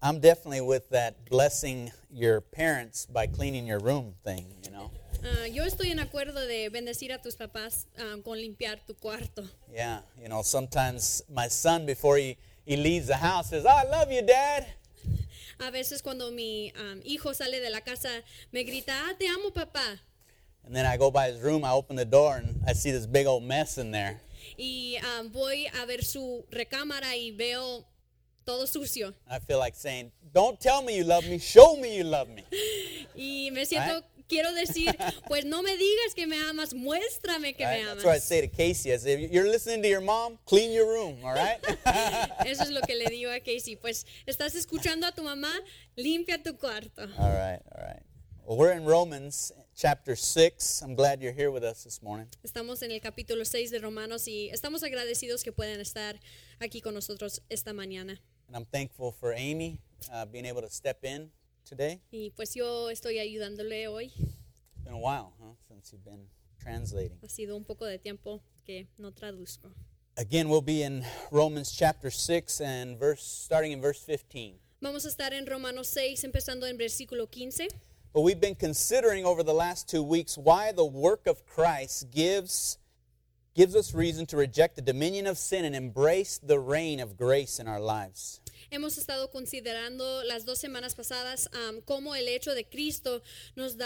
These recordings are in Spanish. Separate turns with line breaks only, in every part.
I'm definitely with that blessing your parents by cleaning your room thing, you know?
Ah, yo estoy en acuerdo de bendecir a tus papás ah, con limpiar tu cuarto.
Yeah, you know, sometimes my son, before he, he leaves the house, says, "Oh, I love you, Dad.
A veces cuando mi am, hijo sale de la casa me grita, "Ah, te amo papá.
And then I go by his room, I open the door, and I see this big old mess in there.
Y am, voy a ver su recámara y veo todo sucio.
I feel like saying, Don't tell me you love me, show me you love me.
Y me siento, quiero decir, pues no me digas que me amas, muéstrame que
Right?
me
That's
amas.
what I say to Casey. I say, if you're listening to your mom, clean your room, all right?
Eso es lo que le digo a Casey. Pues estás escuchando a tu mamá, limpia tu cuarto.
all right, all right. Well, we're in Romans chapter 6. I'm glad you're here with us this morning.
Estamos en el capítulo 6 de Romanos y estamos agradecidos que puedan estar aquí con nosotros esta mañana.
And I'm thankful for Amy uh, being able to step in today.
Y pues yo estoy ayudándole hoy.
It's been a while, huh, since you've been translating.
Ha sido un poco de tiempo que no traduzco.
Again, we'll be in Romans chapter 6 and verse starting in verse 15.
Vamos a estar en Romanos 6 empezando en versículo 15.
But we've been considering over the last two weeks why the work of Christ gives, gives us reason to reject the dominion of sin and embrace the reign of grace in our lives.
Hemos estado considerando las dos semanas pasadas am, cómo el hecho de Cristo nos da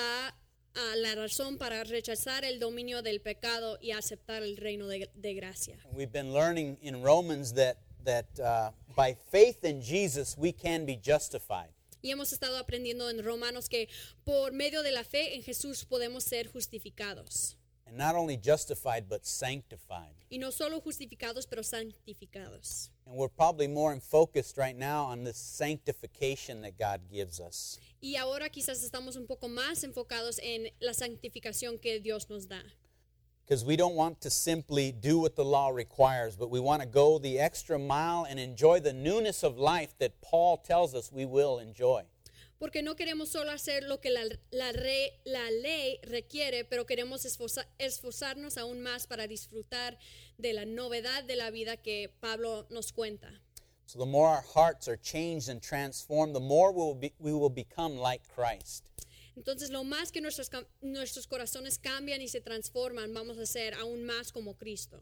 ah, la razón para rechazar el dominio del pecado y aceptar el reino de, de gracia.
And we've been learning in Romans that, that uh, by faith in Jesus, we can be justified.
Y hemos estado aprendiendo en Romanos que por medio de la fe en Jesús podemos ser justificados.
And not only justified, but sanctified.
Y no solo justificados, pero santificados.
And we're probably more in focused right now on this sanctification that God gives us.
Y ahora quizás estamos un poco más enfocados en la santificación que Dios nos da.
Because we don't want to simply do what the law requires, but we want to go the extra mile and enjoy the newness of life that Paul tells us we will enjoy.
Porque no queremos solo hacer lo que la, la re- la ley requiere, pero queremos esforza- esforzarnos aún más para disfrutar de la novedad de la vida que Pablo nos cuenta.
So the more our hearts are changed and transformed, the more we will, be, we will become like Christ.
Entonces, lo más que nuestros, cam- nuestros corazones cambian y se transforman, vamos a ser aún más como Cristo.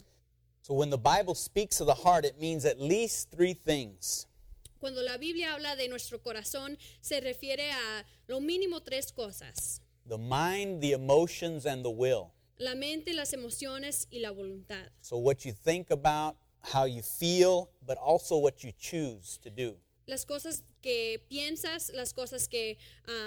So when the Bible speaks of the heart, it means at least three things.
Cuando la Biblia habla de nuestro corazón, se refiere a lo mínimo tres cosas.
the mind, the emotions, and the will.
La mente, las emociones y la voluntad.
So, what you think about, how you feel, but also what you choose to do.
Las cosas que piensas, las cosas que,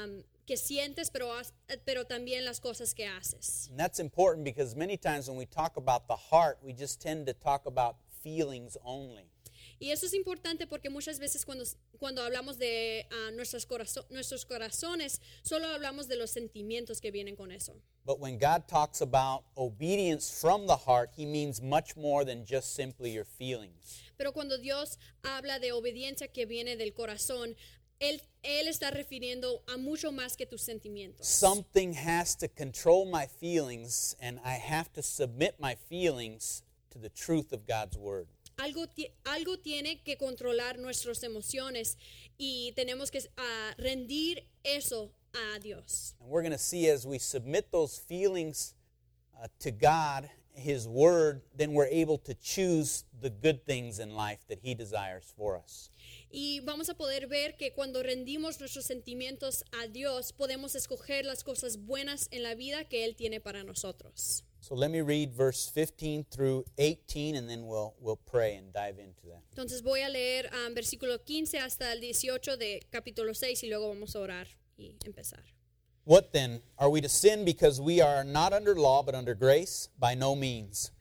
am, que sientes, pero, has- pero también las cosas que haces.
And that's important because many times when we talk about the heart, we just tend to talk about feelings only.
Y eso es importante porque muchas veces cuando, cuando hablamos de ah, nuestros, corazo- nuestros corazones, solo hablamos de los sentimientos que vienen con eso.
But when God talks about obedience from the heart, He means much more than just simply your feelings.
Pero cuando Dios habla de obediencia que viene del corazón, Él, Él está refiriendo a mucho más que tus sentimientos.
Something has to control my feelings, and I have to submit my feelings to the truth of God's Word.
Algo, ti- algo tiene que controlar nuestras emociones y tenemos que ah, rendir eso a Dios.
And we're going to see as we submit those feelings uh, to God, His Word, then we're able to choose the good things in life that He desires for us.
Y vamos a poder ver que cuando rendimos nuestros sentimientos a Dios, podemos escoger las cosas buenas en la vida que Él tiene para nosotros.
So let me read verse 15 through 18, and then we'll, we'll pray and dive into that.
Entonces voy a leer ah, versículo 15 hasta el 18 de capítulo 6 y luego vamos a orar y empezar.
What then? Are we to sin because we are not under law but under grace? By no means.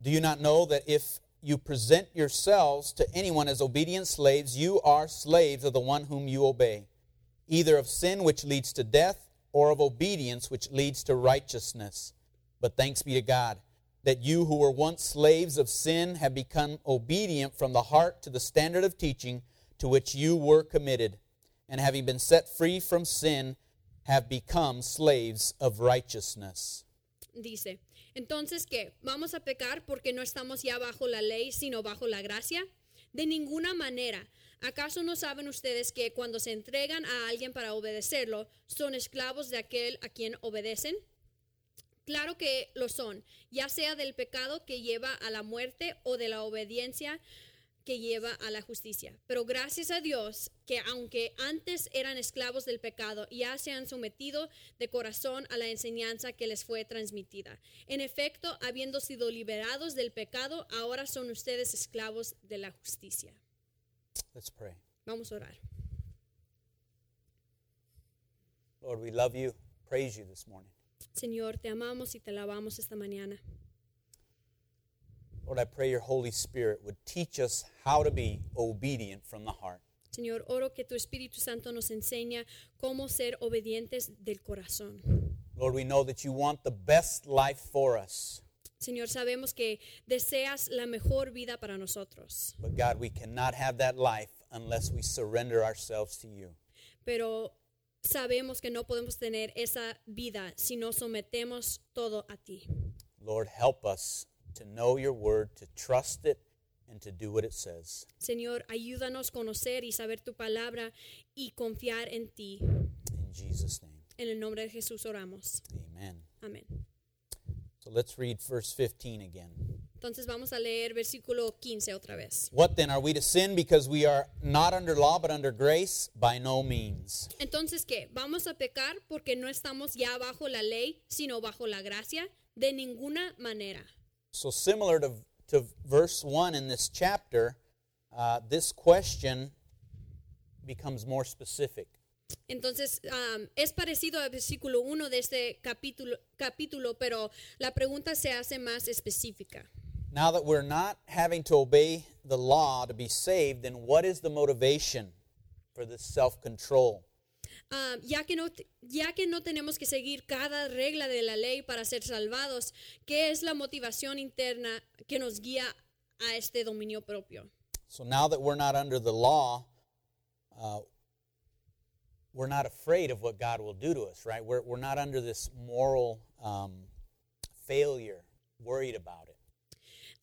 Do you not know that if you present yourselves to anyone as obedient slaves, you are slaves of the one whom you obey, either of sin which leads to death or of obedience which leads to righteousness? But thanks be to God that you who were once slaves of sin have become obedient from the heart to the standard of teaching to which you were committed, and having been set free from sin, have become slaves of righteousness.
Dice, entonces ¿qué? vamos a pecar porque no estamos ya bajo la ley, sino bajo la gracia. De ninguna manera. ¿Acaso no saben ustedes que cuando se entregan a alguien para obedecerlo, son esclavos de aquel a quien obedecen? Claro que lo son, ya sea del pecado que lleva a la muerte o de la obediencia que lleva a la justicia. Pero gracias a Dios que aunque antes eran esclavos del pecado, ya se han sometido de corazón a la enseñanza que les fue transmitida. En efecto, habiendo sido liberados del pecado, ahora son ustedes esclavos de la justicia.
Let's pray.
Vamos a orar.
Lord, we love you, praise you this morning.
Señor, te amamos y te alabamos esta mañana.
Lord, I pray your Holy Spirit would teach us how to be obedient from the heart.
Señor, oro que tu Espíritu Santo nos enseña cómo ser obedientes del corazón.
Lord, we know that you want the best life for us,
Señor, sabemos que deseas la mejor vida para nosotros,
but God, we cannot have that life unless we surrender ourselves to you.
pero sabemos que no podemos tener esa vida si no sometemos todo a ti.
Lord, help us to know your word, to trust it, and to do what it says.
Señor, ayúdanos a conocer y saber tu palabra y confiar en ti.
In Jesus' name,
En el nombre de Jesús oramos.
amen.
Amén.
So let's read verse 15 again.
Entonces vamos a leer versículo 15 otra vez.
What then? Are we to sin because we are not under law but under grace? By no means.
Entonces, ¿qué? ¿Vamos a pecar porque no estamos ya bajo la ley, sino bajo la gracia? De ninguna manera.
So, similar to, to verse 1 in this chapter, uh, this question becomes more specific.
Entonces, am, es parecido al versículo 1 de este capítulo, capítulo, pero la pregunta se hace más específica.
Now that we're not having to obey the law to be saved, then what is the motivation for this self control?
Am, ya, que no, te- ya que no tenemos que seguir cada regla de la ley para ser salvados, ¿qué es la motivación interna que nos guía a este dominio propio?
So, now that we're not under the law, uh, we're not afraid of what God will do to us, right? We're, we're not under this moral um, failure, worried about it.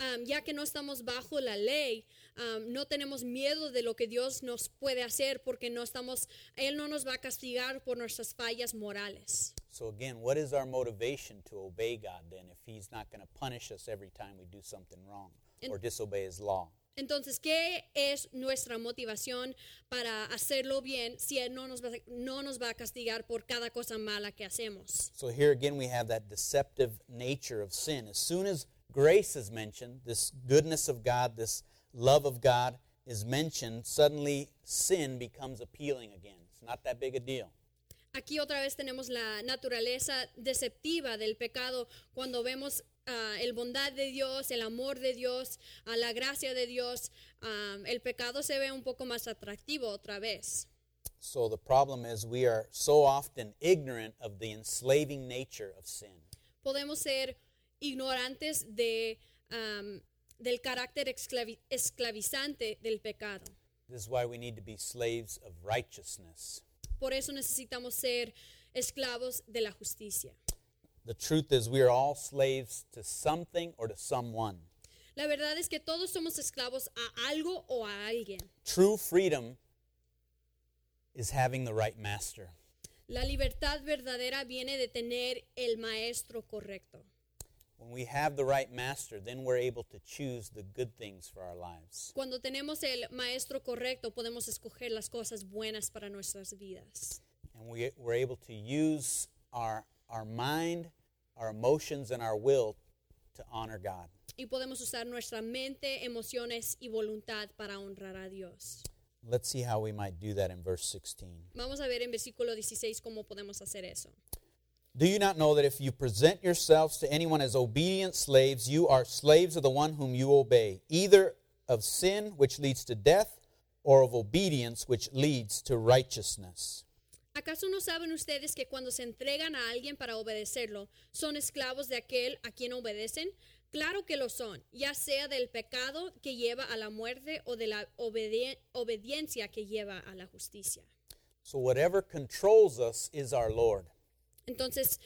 Am, ya que no estamos bajo la ley, am, no tenemos miedo de lo que Dios nos puede hacer porque no estamos, Él no nos va a castigar por nuestras fallas morales.
So again, what is our motivation to obey God then if he's not going to punish us every time we do something wrong
And-
or disobey his law?
Entonces, ¿qué es nuestra motivación para hacerlo bien si Él no nos va, no nos va a castigar por cada cosa mala que hacemos?
So here again we have that deceptive nature of sin. As soon as grace is mentioned, this goodness of God, this love of God is mentioned, suddenly sin becomes appealing again. It's not that big a deal.
Aquí otra vez tenemos la naturaleza deceptiva del pecado cuando vemos ah, el bondad de Dios, el amor de Dios, a la gracia de Dios, ah, el pecado se ve un poco más atractivo otra vez.
So the problem is we are so often ignorant of the enslaving nature of sin.
Podemos ser ignorantes de, am, del carácter esclavi- esclavizante del pecado.
This is why we need to be slaves of righteousness.
Por eso necesitamos ser esclavos de la justicia.
The truth is, we are all slaves to something or to someone.
La verdad es que todos somos esclavos a algo o a alguien.
True freedom is having the right master.
La libertad verdadera viene de tener el maestro correcto.
When we have the right master, then we're able to choose the good things for our lives.
Cuando tenemos el maestro correcto podemos escoger las cosas buenas para nuestras vidas.
And we, we're able to use our, our mind, our emotions, and our will to honor God.
Y podemos usar nuestra mente, emociones y voluntad para honrar a Dios.
Let's see how we might do that in verse 16.
Vamos a ver en versículo 16 cómo podemos hacer eso.
Do you not know that if you present yourselves to anyone as obedient slaves, you are slaves of the one whom you obey, either of sin, which leads to death, or of obedience, which leads to righteousness?
¿Acaso no saben ustedes que cuando se entregan a alguien para obedecerlo, son esclavos de aquel a quien obedecen? Claro que lo son, ya sea del pecado que lleva a la muerte o de la obedi- obediencia que lleva a la justicia.
So, whatever controls us is our Lord.
Entonces,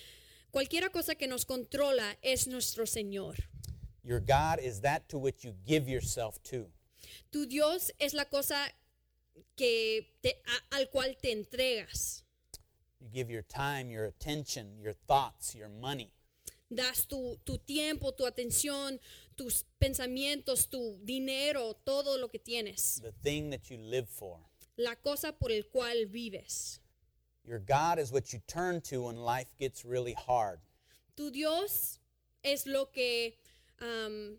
cualquiera cosa que nos controla es nuestro Señor.
Your God is that to which you give yourself to.
Tu Dios es la cosa que te- a- al cual te entregas.
You give your time, your attention, your thoughts, your money.
Das tu, tu tiempo, tu atención, tus pensamientos, tu dinero, todo lo que tienes.
the thing that you live for.
La cosa por el cual vives.
Your God is what you turn to when life gets really hard.
Tu Dios es lo que am,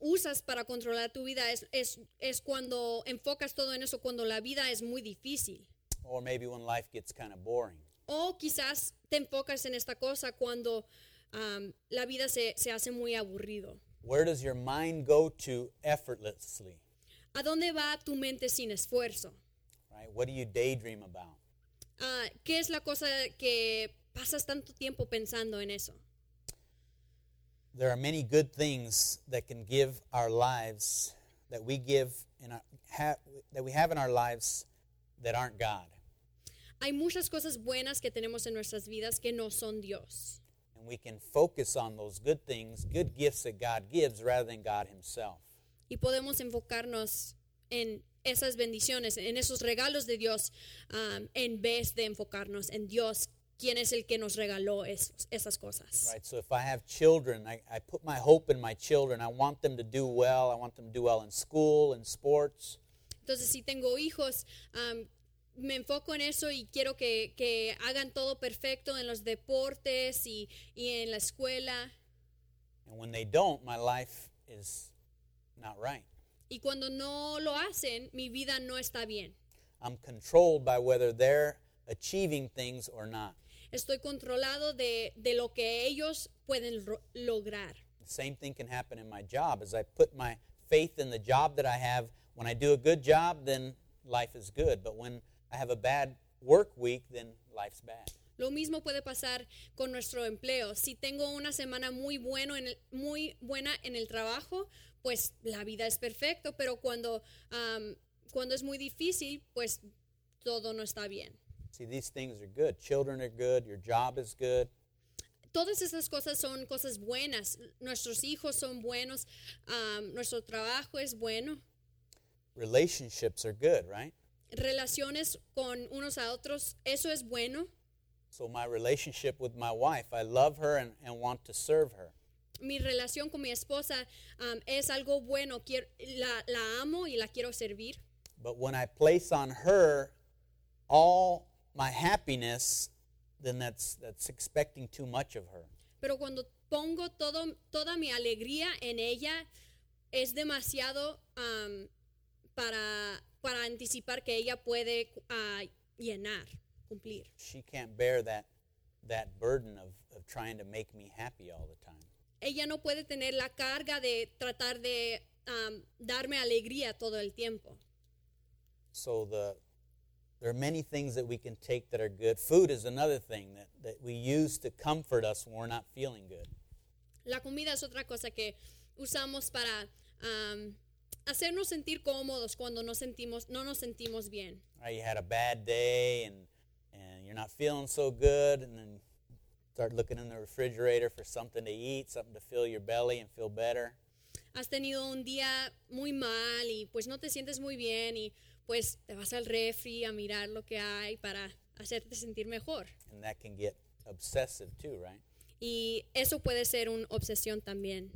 usas para controlar tu vida. Es, es, es cuando enfocas todo en eso, cuando la vida es muy difícil.
Or maybe when life gets kind of boring.
O quizás te enfocas en esta cosa cuando am, la vida se, se hace muy aburrido.
Where does your mind go to effortlessly?
¿A dónde va tu mente sin esfuerzo?
Right? What do you daydream about?
Ah, ¿Qué es la cosa que pasas tanto tiempo pensando en eso?
There are many good things that can give our lives that we give in our, ha, that we have in our lives that aren't God.
Hay muchas cosas buenas que tenemos en nuestras vidas que no son Dios.
And we can focus on those good things, good gifts that God gives rather than God himself.
y podemos enfocarnos en esas bendiciones, en esos regalos de Dios, um, en vez de enfocarnos en Dios, quien es el que nos regaló esos- esas cosas.
Right. So if I have children, I, I put my hope in my children. I want them to do well. I want them to do well in school and sports.
Entonces, si tengo hijos, um, me enfoco en eso y quiero que, que hagan todo perfecto en los deportes y, y en la escuela.
And when they don't, my life is not right.
Y cuando no lo hacen, mi vida no está bien.
I'm controlled by whether they're achieving things or not.
Estoy controlado de, de lo que ellos pueden ro- lograr.
The same thing can happen in my job. As I put my faith in the job that I have, when I do a good job, then life is good. But when I have a bad work week, then life's bad.
Lo mismo puede pasar con nuestro empleo. Si tengo una semana muy, bueno en el- muy buena en el trabajo, pues la vida es perfecto, pero cuando, am, cuando es muy difícil, pues todo no está bien.
See, these things are good. Children are good. Your job is good.
Todas esas cosas son cosas buenas. Nuestros hijos son buenos, am, nuestro trabajo es bueno.
Relationships are good, right?
Relaciones con unos a otros, eso es bueno.
So my relationship with my wife, I love her and, and want to serve her.
Mi relación con mi esposa am, es algo bueno. Quiero- la- la amo y la quiero servir.
But when I place on her all my happiness, then that's that's expecting too much of her.
Pero cuando pongo todo, toda mi alegría en ella, es demasiado am, para, para anticipar que ella puede ah, llenar, cumplir.
She can't bear that that burden of, of trying to make me happy all the time.
Ella no puede tener la carga de tratar de am, darme alegría todo el tiempo.
So the there are many things that we can take that are good. Food is another thing that, that we use to comfort us when we're not feeling good.
La comida es otra cosa que usamos para am, hacernos sentir cómodos cuando no, sentimos, no nos sentimos bien.
right? You had a bad day and and you're not feeling so good, and then start looking in the refrigerator for something to eat, something to fill your belly and feel better.
has tenido un día muy mal y pues no te sientes muy bien y pues te vas al refri a mirar lo que hay para hacerte sentir mejor.
And that can get obsessive too, right?
Y eso puede ser una obsesión también.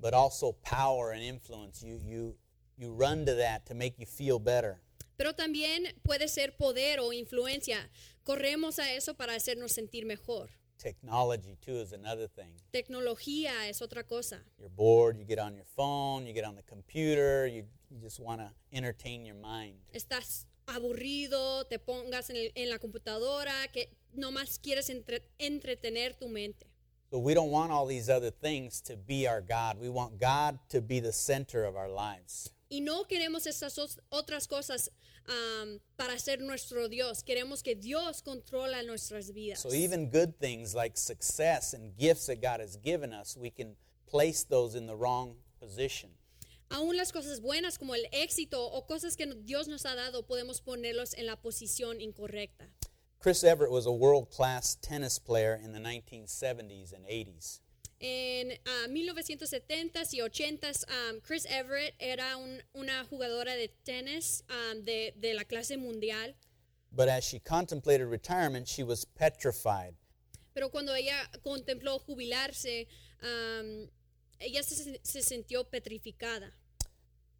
But also power and influence. You you you run to that to make you feel better.
Pero también puede ser poder o influencia. Corremos a eso para hacernos sentir mejor.
Technology too is another thing.
Tecnología es otra cosa.
You're bored, you get on your phone, you get on the computer, you, you just want to entertain your mind.
Estás aburrido, te pongas en, el- en la computadora, que nomás quieres entre- entretener tu mente.
But we don't want all these other things to be our God. We want God to be the center of our lives.
Y no queremos esas os- otras cosas am, para ser nuestro Dios. Queremos que Dios controla nuestras vidas.
So even good things like success and gifts that God has given us, we can place those in the wrong position.
Aún las cosas buenas como el éxito o cosas que no- Dios nos ha dado, podemos ponerlos en la posición incorrecta.
Chris Everett was a world-class tennis player in the 1970s and 80s.
En ah, 1970s y 80s, um, Chris Everett era un- una jugadora de tenis um, de, de la clase mundial,
But as she contemplated retirement, she was petrified.
pero cuando ella contempló jubilarse, um, ella se, se sintió petrificada.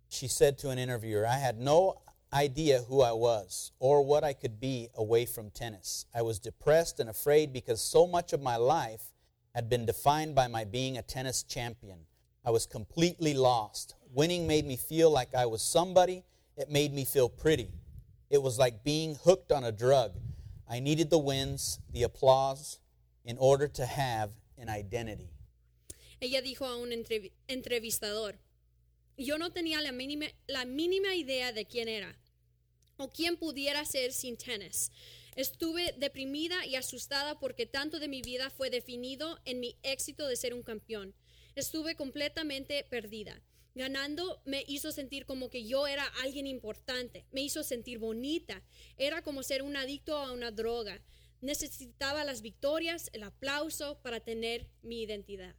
She said to an interviewer, I had no idea who I was or what I could be away from tennis. I was depressed and afraid because so much of my life had been defined by my being a tennis champion. I was completely lost. Winning made me feel like I was somebody, it made me feel pretty. It was like being hooked on a drug. I needed the wins, the applause, in order to have an identity.
Ella dijo a un entrevi- entrevistador, yo no tenía la mínima, la mínima idea de quién era o quién pudiera ser sin tenis. Estuve deprimida y asustada porque tanto de mi vida fue definido en mi éxito de ser un campeón. Estuve completamente perdida. Ganando me hizo sentir como que yo era alguien importante, me hizo sentir bonita, era como ser un adicto a una droga. Necesitaba las victorias, el aplauso para tener mi identidad.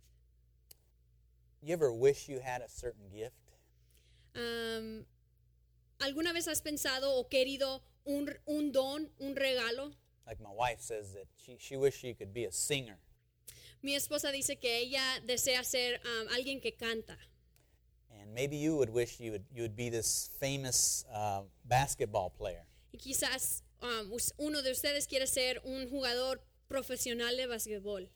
You ever wish you had a certain gift?
Am, ¿Alguna vez has pensado o querido un, un don, un regalo?
like my wife says that she, she wished she could be a singer
Mi esposa dice que ella desea ser am, alguien que canta.
and maybe you would wish you would, you would be this famous uh, basketball player
Y quizás am, us- uno de ustedes quiere ser un jugador profesional de basquetbol.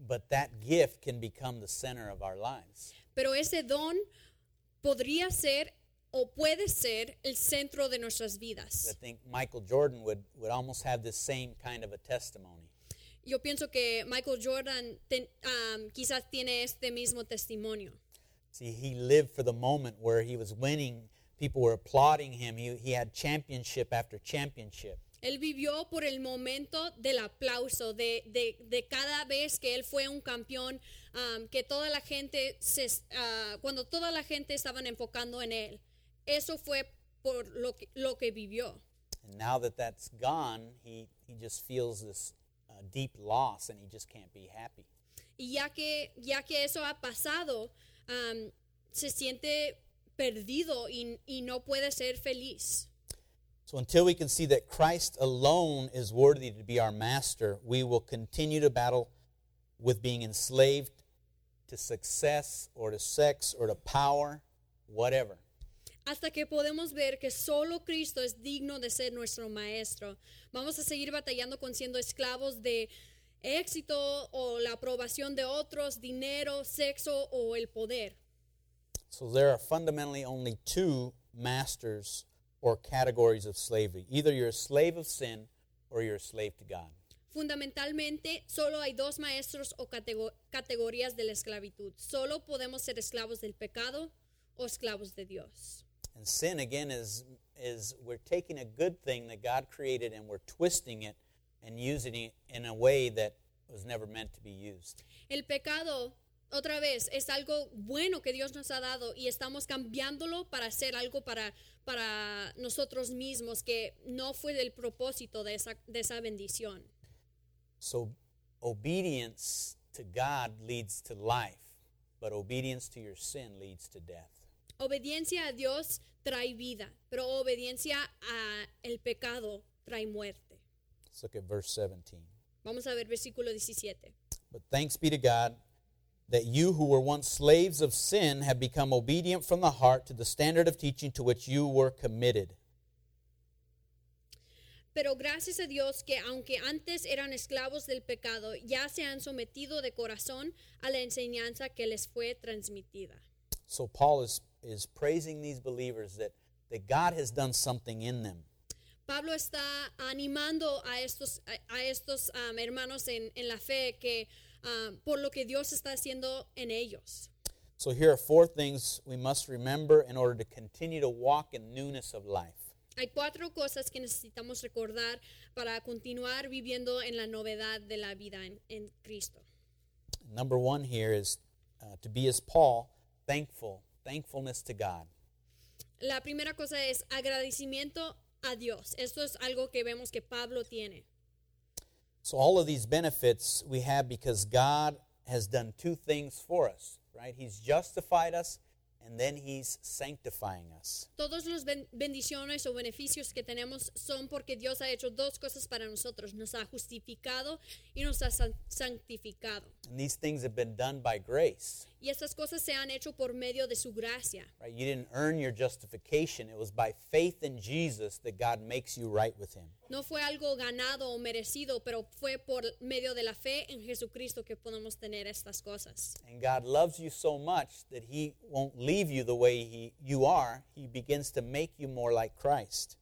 but that gift can become the center of our lives
Pero ese don podría ser o puede ser el centro de nuestras
i
vidas.
think michael jordan would, would almost have this same kind of a testimony
Yo pienso que Michael Jordan ten- am, quizás tiene este mismo testimonio.
see he lived for the moment where he was winning people were applauding him he, he had championship after championship
Él vivió por el momento del aplauso, de, de- de cada vez que él fue un campeón, um, que toda la gente, se, ah, cuando toda la gente estaban enfocando en él. Eso fue por lo que, lo que vivió.
and now that that's gone he, he just feels this uh, deep loss and he just can't be happy
Y ya que, ya que eso ha pasado, um, se siente perdido y, y no puede ser feliz.
So until we can see that Christ alone is worthy to be our master, we will continue to battle with being enslaved to success or to sex or to power, whatever.
hasta que podemos ver que solo Cristo es digno de ser nuestro maestro. Vamos a seguir batallando con siendo esclavos de éxito o la aprobación de otros, dinero, sexo o el poder.
So there are fundamentally only two masters or categories of slavery. Either you're a slave of sin or you're a slave to God.
Fundamentalmente, solo hay dos maestros o catego- categorías de la esclavitud. Solo podemos ser esclavos del pecado o esclavos de Dios.
And sin again is is we're taking a good thing that God created and we're twisting it and using it in a way that was never meant to be used.
El pecado, otra vez, es algo bueno que Dios nos ha dado y estamos cambiándolo para hacer algo para, para nosotros mismos que no fue el propósito de esa, de esa bendición.
So obedience to God leads to life, but obedience to your sin leads to death.
Obediencia a Dios trae vida, pero obediencia a el pecado trae muerte.
Let's look at verse 17.
Vamos a ver versículo 17.
But thanks be to God that you who were once slaves of sin have become obedient from the heart to the standard of teaching to which you were committed.
Pero gracias a Dios que aunque antes eran esclavos del pecado, ya se han sometido de corazón a la enseñanza que les fue transmitida.
So Paul is, is praising these believers that, that God has done something in them.
Pablo está animando a estos, a, a estos um, hermanos en, en la fe que um, por lo que Dios está haciendo en ellos.
So here are four things we must remember in order to continue to walk in newness of life.
Hay cuatro cosas que necesitamos recordar para continuar viviendo en la novedad de la vida en, en Cristo.
number one here is uh, to be as Paul, thankful, thankfulness to God.
La primera cosa es agradecimiento a Dios. Esto es algo que vemos que Pablo tiene.
So all of these benefits we have because God has done two things for us, right? He's justified us and then he's sanctifying us.
Todos los ben- bendiciones o beneficios que tenemos son porque Dios ha hecho dos cosas para nosotros. Nos ha justificado y nos ha san- santificado.
And these things have been done by grace,
Y estas cosas se han hecho por medio de su gracia.
right? You didn't earn your justification. It was by faith in Jesus that God makes you right with him.
No fue algo ganado o merecido, pero fue por medio de la fe en Jesucristo que podemos tener estas cosas.
And God loves you so much that he won't leave you the way he, you are. He begins to make you more like Christ.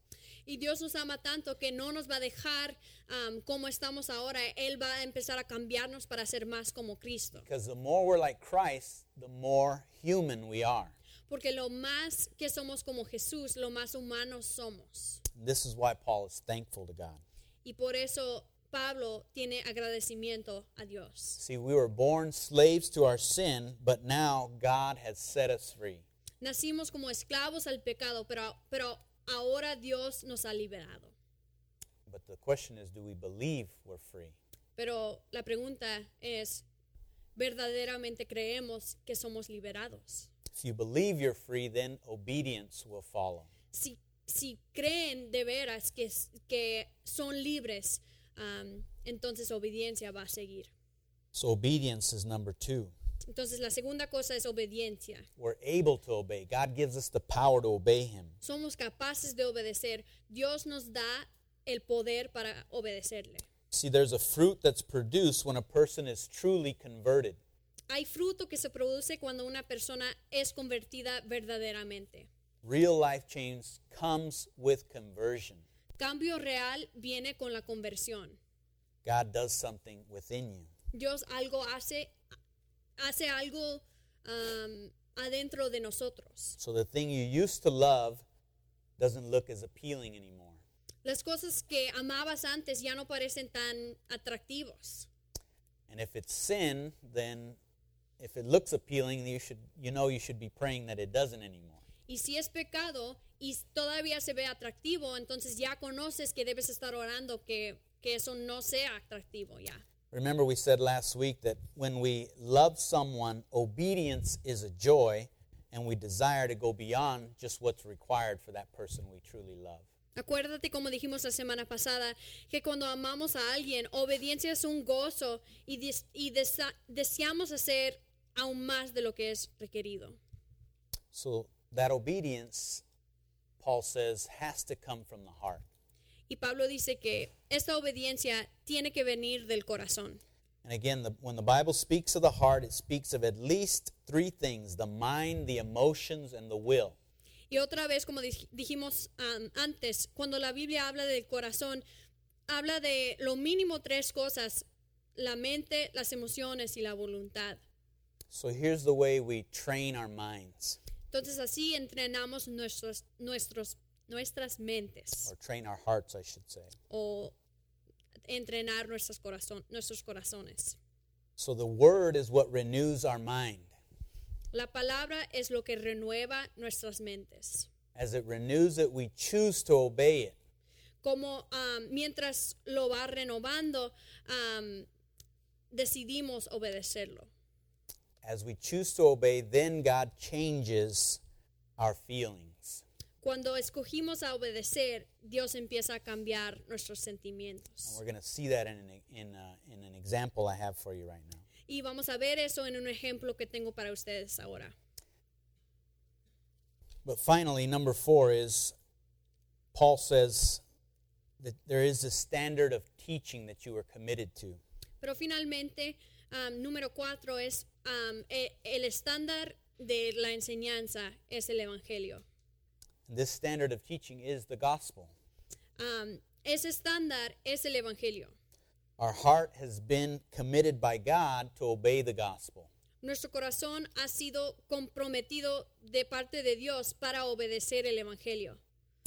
Y Dios nos ama tanto que no nos va a dejar am, como estamos ahora. Él va a empezar a cambiarnos para ser más como Cristo.
Because the more we're like Christ, the more human we are.
Porque lo más que somos como Jesús, lo más humanos somos.
This is why Paul is thankful to God.
Y por eso Pablo tiene agradecimiento a Dios.
See, we were born slaves to our sin, but now God has set us free.
Nacimos como esclavos al pecado, pero, pero ahora Dios nos ha liberado.
But the question is, do we believe we're free?
Pero la pregunta es, ¿verdaderamente creemos que somos liberados?
If you believe you're free, then obedience will follow.
Si, si creen de veras que, s- que son libres, am, entonces obediencia va a seguir.
So, obedience is number two.
Entonces la segunda cosa es obediencia.
We're able to obey. God gives us the power to obey Him.
Somos capaces de obedecer. Dios nos da el poder para obedecerle.
See, there's a fruit that's produced when a person is truly converted.
Hay fruto que se produce cuando una persona es convertida verdaderamente.
Real life change comes with conversion.
Cambio real viene con la conversión.
God does something within you.
Dios algo hace, hace algo am, adentro de nosotros.
So the thing you used to love doesn't look as appealing anymore.
Las cosas que amabas antes ya no parecen tan atractivos.
And if it's sin, then if it looks appealing, then you should you know you should be praying that it doesn't anymore.
Y si es pecado y todavía se ve atractivo, entonces ya conoces que debes estar orando que, que eso no sea atractivo ya.
Remember we said last week that when we love someone, obedience is a joy and we desire to go beyond just what's required for that person we truly love.
Acuérdate como dijimos la semana pasada, que cuando amamos a alguien, obediencia es un gozo y, des- y desa- deseamos hacer aún más de lo que es requerido.
So that obedience Paul says has to come from the heart.
Y Pablo dice que esta obediencia tiene que venir del corazón.
And again, the, when the Bible speaks of the heart, it speaks of at least three things the mind, the emotions, and the will.
Y otra vez, como dij- dijimos um, antes, cuando la Biblia habla del corazón, habla de lo mínimo tres cosas, la mente, las emociones y la voluntad.
So here's the way we train our minds
Entonces así entrenamos nuestros, nuestros, nuestras mentes
or train our hearts, I should say.
o entrenar nuestros, corazón, nuestros corazones.
So the word is what renews our mind.
La palabra es lo que renueva nuestras mentes.
As it renews it, we choose to obey it.
Como um, mientras lo va renovando, um, decidimos obedecerlo.
As we choose to obey, then God changes our feelings.
Cuando escogimos a obedecer, Dios empieza a cambiar nuestros
And
sentimientos.
we're going to see that in an, in, uh, in an example I have for you right now.
Y vamos a ver eso en un ejemplo que tengo para ustedes ahora.
But finally, number four is Paul says that there is a standard of teaching that you are committed to.
Pero finalmente, am, número cuatro es am, e- el estándar de la enseñanza es el Evangelio.
And this standard of teaching is the gospel.
Am, ese estándar es el Evangelio.
Our heart has been committed by God to obey the gospel.
Nuestro corazón ha sido comprometido de parte de Dios para obedecer el Evangelio.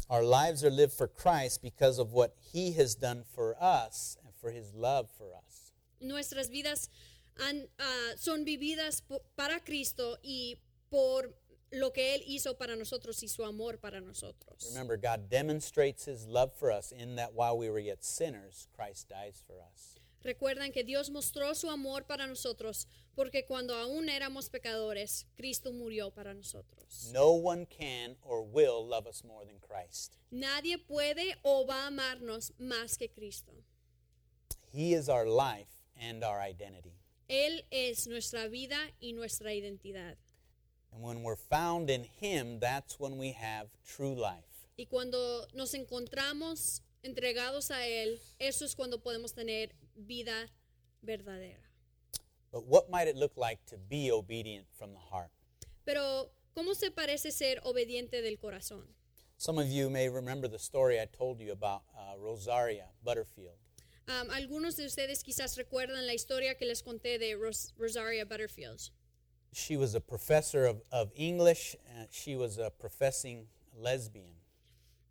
Our lives are lived for Christ because of what he has done for us and for his love for us.
nuestras vidas han, ah, son vividas po- para Cristo y por lo que Él hizo para nosotros y su amor para nosotros.
Remember, God demonstrates his love for us in that while we were yet sinners, Christ dies for us.
Recuerdan que Dios mostró su amor para nosotros porque cuando aún éramos pecadores, Cristo murió para nosotros.
No one can or will love us more than Christ.
Nadie puede o va a amarnos más que Cristo.
He is our life and our identity.
Él es nuestra vida y nuestra identidad.
And when we're found in Him, that's when we have true life.
Y cuando nos encontramos entregados a Él, eso es cuando podemos tener vida verdadera.
But what might it look like to be obedient from the heart?
Pero, ¿cómo se parece ser obediente del corazón?
Some of you may remember the story I told you about uh, Rosaria Butterfield.
Um, algunos de ustedes quizás recuerdan la historia que les conté de Ros- Rosaria Butterfield.
She was a professor of, of English, uh, she was a professing lesbian.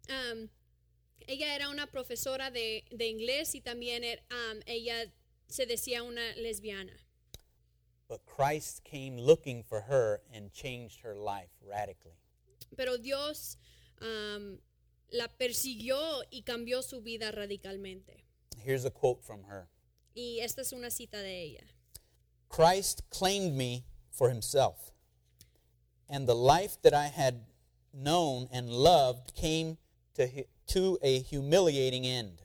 Um, ella era una profesora de, de inglés y también er- um, ella se decía una lesbiana.
But Christ came looking for her and changed her life radically.
Pero Dios um, la persiguió y cambió su vida radicalmente.
Here's a quote from her
Y esta es una cita de ella.
Christ claimed me for himself, and the life that I had known and loved came to, hu- to a humiliating end.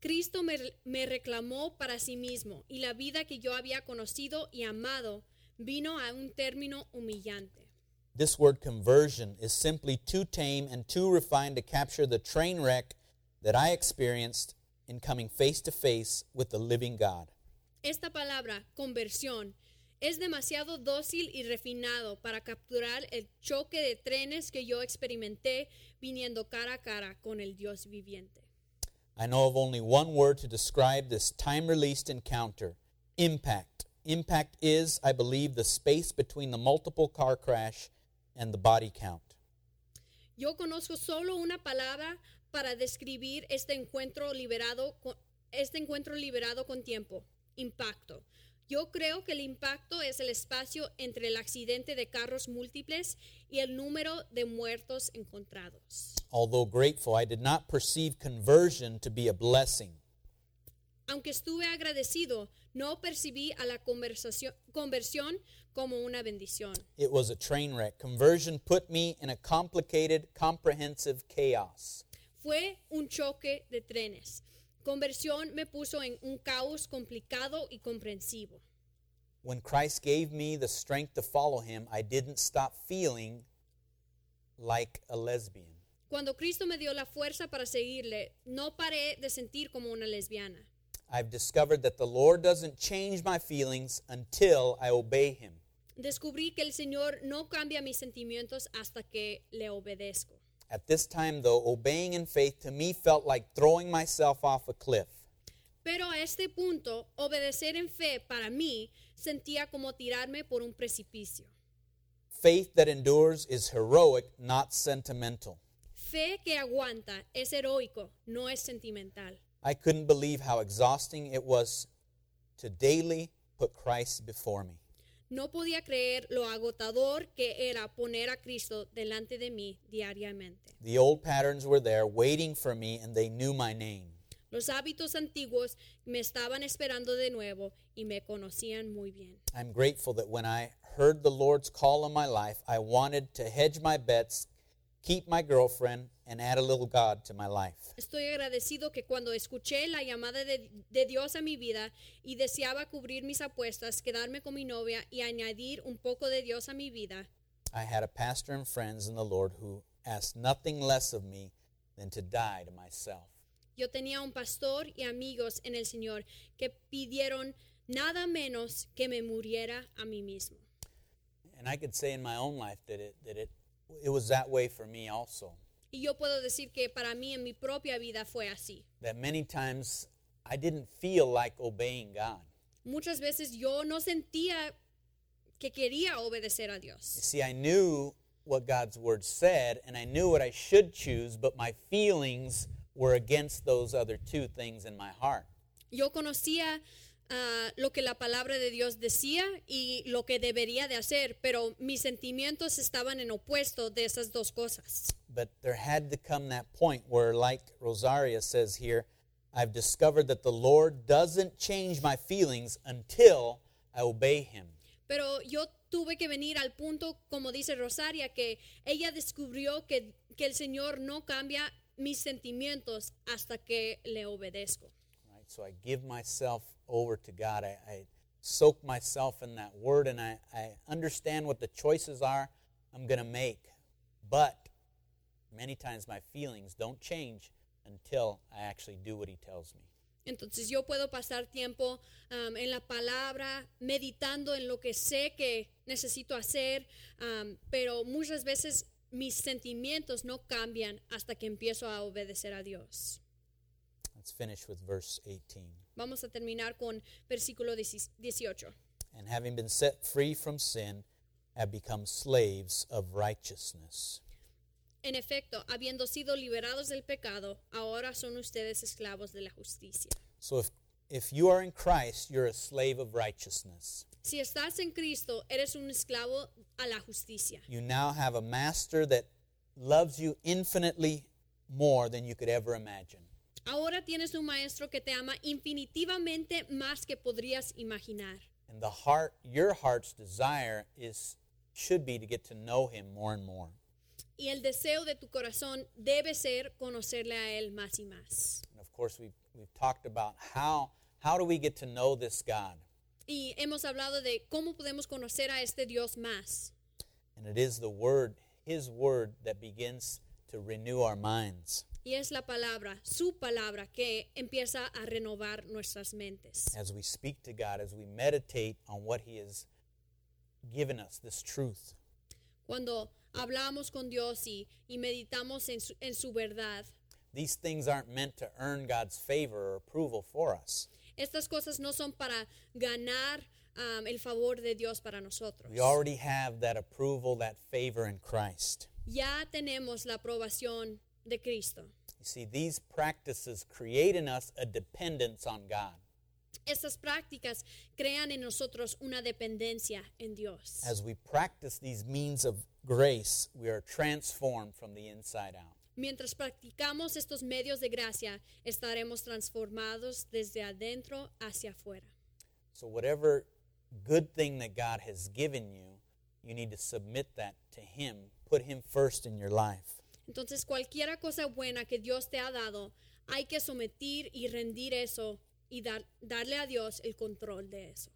Cristo me, me reclamó para sí mismo y la vida que yo había conocido y amado vino a un término humillante.
This word conversion is simply too tame and too refined to capture the train wreck that I experienced in coming face to face with the living God.
Esta palabra, conversión, es demasiado dócil y refinado para capturar el choque de trenes que yo experimenté viniendo cara a cara con el Dios viviente.
I know of only one word to describe this time released encounter impact. Impact is, I believe, the space between the multiple car crash and the body count.
Yo conozco solo una palabra para describir este encuentro liberado con, este encuentro liberado con tiempo, impacto. Yo creo que el impacto es el espacio entre el accidente de carros múltiples y el número de muertos encontrados.
Although grateful, I did not perceive conversion to be a blessing.
Aunque estuve agradecido, no percibí a la conversación- conversión como una bendición.
It was a train wreck. Conversion put me in a complicated, comprehensive chaos.
Fue un choque de trenes. Conversión me puso en un caos complicado y comprensivo.
When Christ gave me the strength to follow him, I didn't stop feeling like a lesbian.
Cuando Cristo me dio la fuerza para seguirle, no paré de sentir como una lesbiana.
I've discovered that the Lord doesn't change my feelings until I obey Him.
Descubrí que el Señor no cambia mis sentimientos hasta que le obedezco.
At this time, though, obeying in faith to me felt like throwing myself off a cliff.
Pero a este punto, obedecer en fe para mí sentía como tirarme por un precipicio.
Faith that endures is heroic, not sentimental.
Fe que aguanta es heroico, no es sentimental.
I couldn't believe how exhausting it was to daily put Christ before me.
No podía creer lo agotador que era poner a Cristo delante de mí diariamente.
The old patterns were there waiting for me, and they knew my name.
Los hábitos antiguos me estaban esperando de nuevo y me conocían muy bien.
I'm grateful that when I heard the Lord's call on my life, I wanted to hedge my bets, keep my girlfriend, and add a little God to my life.
Estoy agradecido que cuando escuché la llamada de, de Dios a mi vida y deseaba cubrir mis apuestas, quedarme con mi novia y añadir un poco de Dios a mi vida,
I had a pastor and friends in the Lord who asked nothing less of me than to die to myself.
yo tenía un pastor y amigos en el Señor que pidieron nada menos que me muriera a mí mismo.
And I could say in my own life that it, that it, it was that way for me also.
Y yo puedo decir que para mí en mi propia vida fue así.
That many times I didn't feel like obeying God.
Muchas veces yo no sentía que quería obedecer a Dios.
You see, I knew what God's word said, and I knew what I should choose, but my feelings were against those other two things in my heart.
Yo conocía ah, lo que la palabra de Dios decía y lo que debería de hacer, pero mis sentimientos estaban en opuesto de esas dos cosas.
But there had to come that point where, like Rosaria says here, I've discovered that the Lord doesn't change my feelings until I obey Him.
Pero yo tuve que venir al punto, como dice Rosaria, que ella descubrió que, que el Señor no cambia mis sentimientos hasta que le obedezco.
Right? So I give myself over to God. I, I soak myself in that word and I, I understand what the choices are I'm going to make. But many times my feelings don't change until I actually do what He tells me.
Entonces yo puedo pasar tiempo um, en la palabra, meditando en lo que sé que necesito hacer, um, pero muchas veces mis sentimientos no cambian hasta que empiezo a obedecer a Dios.
Let's finish with verse 18.
Vamos a terminar con versículo 18.
And having been set free from sin, have become slaves of righteousness.
En efecto, habiendo sido liberados del pecado, ahora son ustedes esclavos de la justicia.
So if, if you are in Christ, you're a slave of righteousness.
Si estás en Cristo, eres un esclavo a la justicia.
You now have a master that loves you infinitely more than you could ever imagine.
Ahora tienes un maestro que te ama infinitivamente más que podrías imaginar.
And the heart, your heart's desire is should be to get to know him more and more.
Y el deseo de tu corazón debe ser conocerle a Él más y más.
And of course, we we've talked about how how do we get to know this God?
Y hemos hablado de cómo podemos conocer a este Dios más.
And it is the word, his word that begins to renew our minds.
Y es la palabra, su palabra, que empieza a renovar nuestras mentes.
As we speak to God, as we meditate on what he has given us, this truth.
Cuando hablamos con Dios y, y meditamos en su, en su verdad,
These things aren't meant to earn God's favor or approval for us.
estas cosas no son para ganar um, el favor de Dios para nosotros.
We already have that approval, that favor in Christ.
Ya tenemos la aprobación de Cristo.
You see, these practices create in us a dependence on God.
Estas prácticas crean en nosotros una dependencia en Dios.
As we practice these means of grace, we are transformed from the inside out.
Mientras practicamos estos medios de gracia, estaremos transformados desde adentro hacia afuera.
So, whatever good thing that God has given you, you need to submit that to Him, put Him first in your life.
Entonces, cualquiera cosa buena que Dios te ha dado, hay que someter y rendir eso y dar- darle a Dios el control de eso.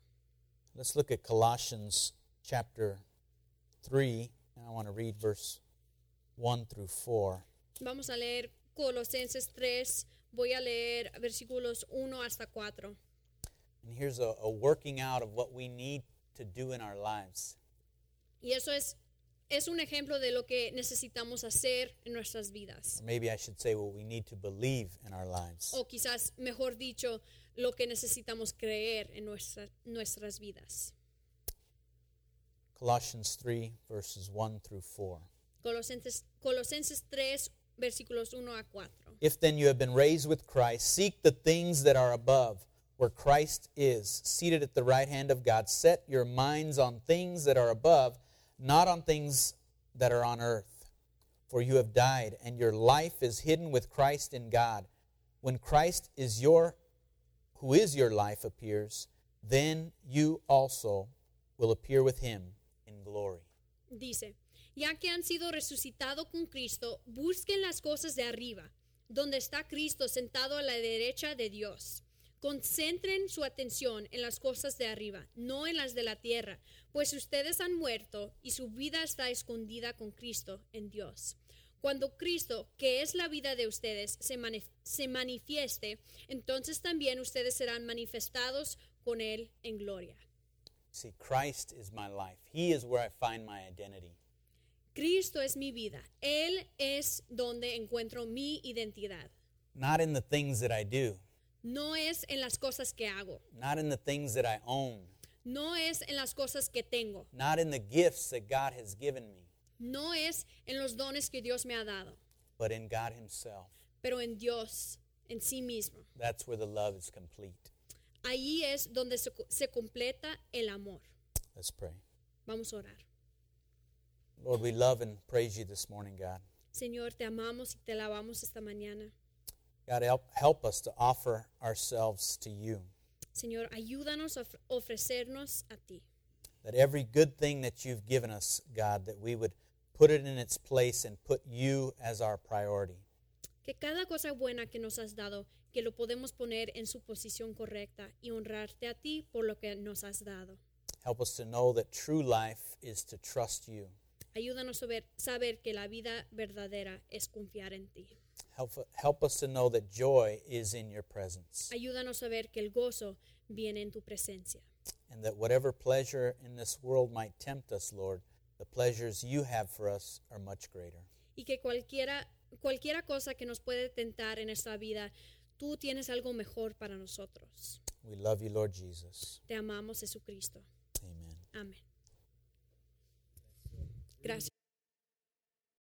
Let's look at Colossians chapter 3, and I want to read verse 1 through 4.
Vamos a leer Colosenses 3, voy a leer versículos 1 hasta 4.
And here's a, a working out of what we need to do in our lives.
Y eso es, es un ejemplo de lo que necesitamos hacer en nuestras vidas.
Or maybe I should say what we need to believe in our lives.
O quizás, mejor dicho, lo que necesitamos creer en nuestra- nuestras vidas.
Colossians 3, verses 1 through 4.
Colosenses, Colosenses 3, versículos 1 a 4.
If then you have been raised with Christ, seek the things that are above, where Christ is, seated at the right hand of God. Set your minds on things that are above, not on things that are on earth. For you have died, and your life is hidden with Christ in God. When Christ is your who is your life appears, then you also will appear with him in glory.
Dice, ya que han sido resucitado con Cristo, busquen las cosas de arriba, donde está Cristo sentado a la derecha de Dios. Concentren su atención en las cosas de arriba, no en las de la tierra, pues ustedes han muerto y su vida está escondida con Cristo en Dios. Cuando Cristo, que es la vida de ustedes, se, mani- se manifieste, entonces también ustedes serán manifestados con Él en gloria.
See, Christ is my life. He is where I find my identity.
Cristo es mi vida. Él es donde encuentro mi identidad.
Not in the things that I do,
No es en las cosas que hago.
not in the things that I own,
No es en las cosas que tengo.
not in the gifts that God has given me,
No es en los dones que Dios me ha dado.
but in God Himself.
Pero en Dios, en sí mismo.
That's where the love is complete.
Allí es donde se, se completa el amor.
Let's pray.
Vamos a orar.
Lord, we love and praise you this morning, God.
Señor, te amamos y te alabamos esta mañana.
God, help, help us to offer ourselves to you.
Señor, ayúdanos a of- ofrecernos a ti.
That every good thing that you've given us, God, that we would put it in its place and put you as our priority.
Que cada cosa buena que nos has dado, que lo podemos poner en su posición correcta y honrarte a ti por lo que nos has dado.
Help us to know that true life is to trust you.
Ayúdanos a ver- saber que la vida verdadera es confiar en ti.
Help, help us to know that joy is in your presence.
Ayúdanos a ver que el gozo viene en tu presencia.
And that whatever pleasure in this world might tempt us, Lord, the pleasures you have for us are much greater.
Y que cualquiera, cualquiera cosa que nos puede tentar en esta vida, tú tienes algo mejor para nosotros.
We love you, Lord Jesus.
Te amamos, Jesucristo.
Amen.
Amén. Gracias.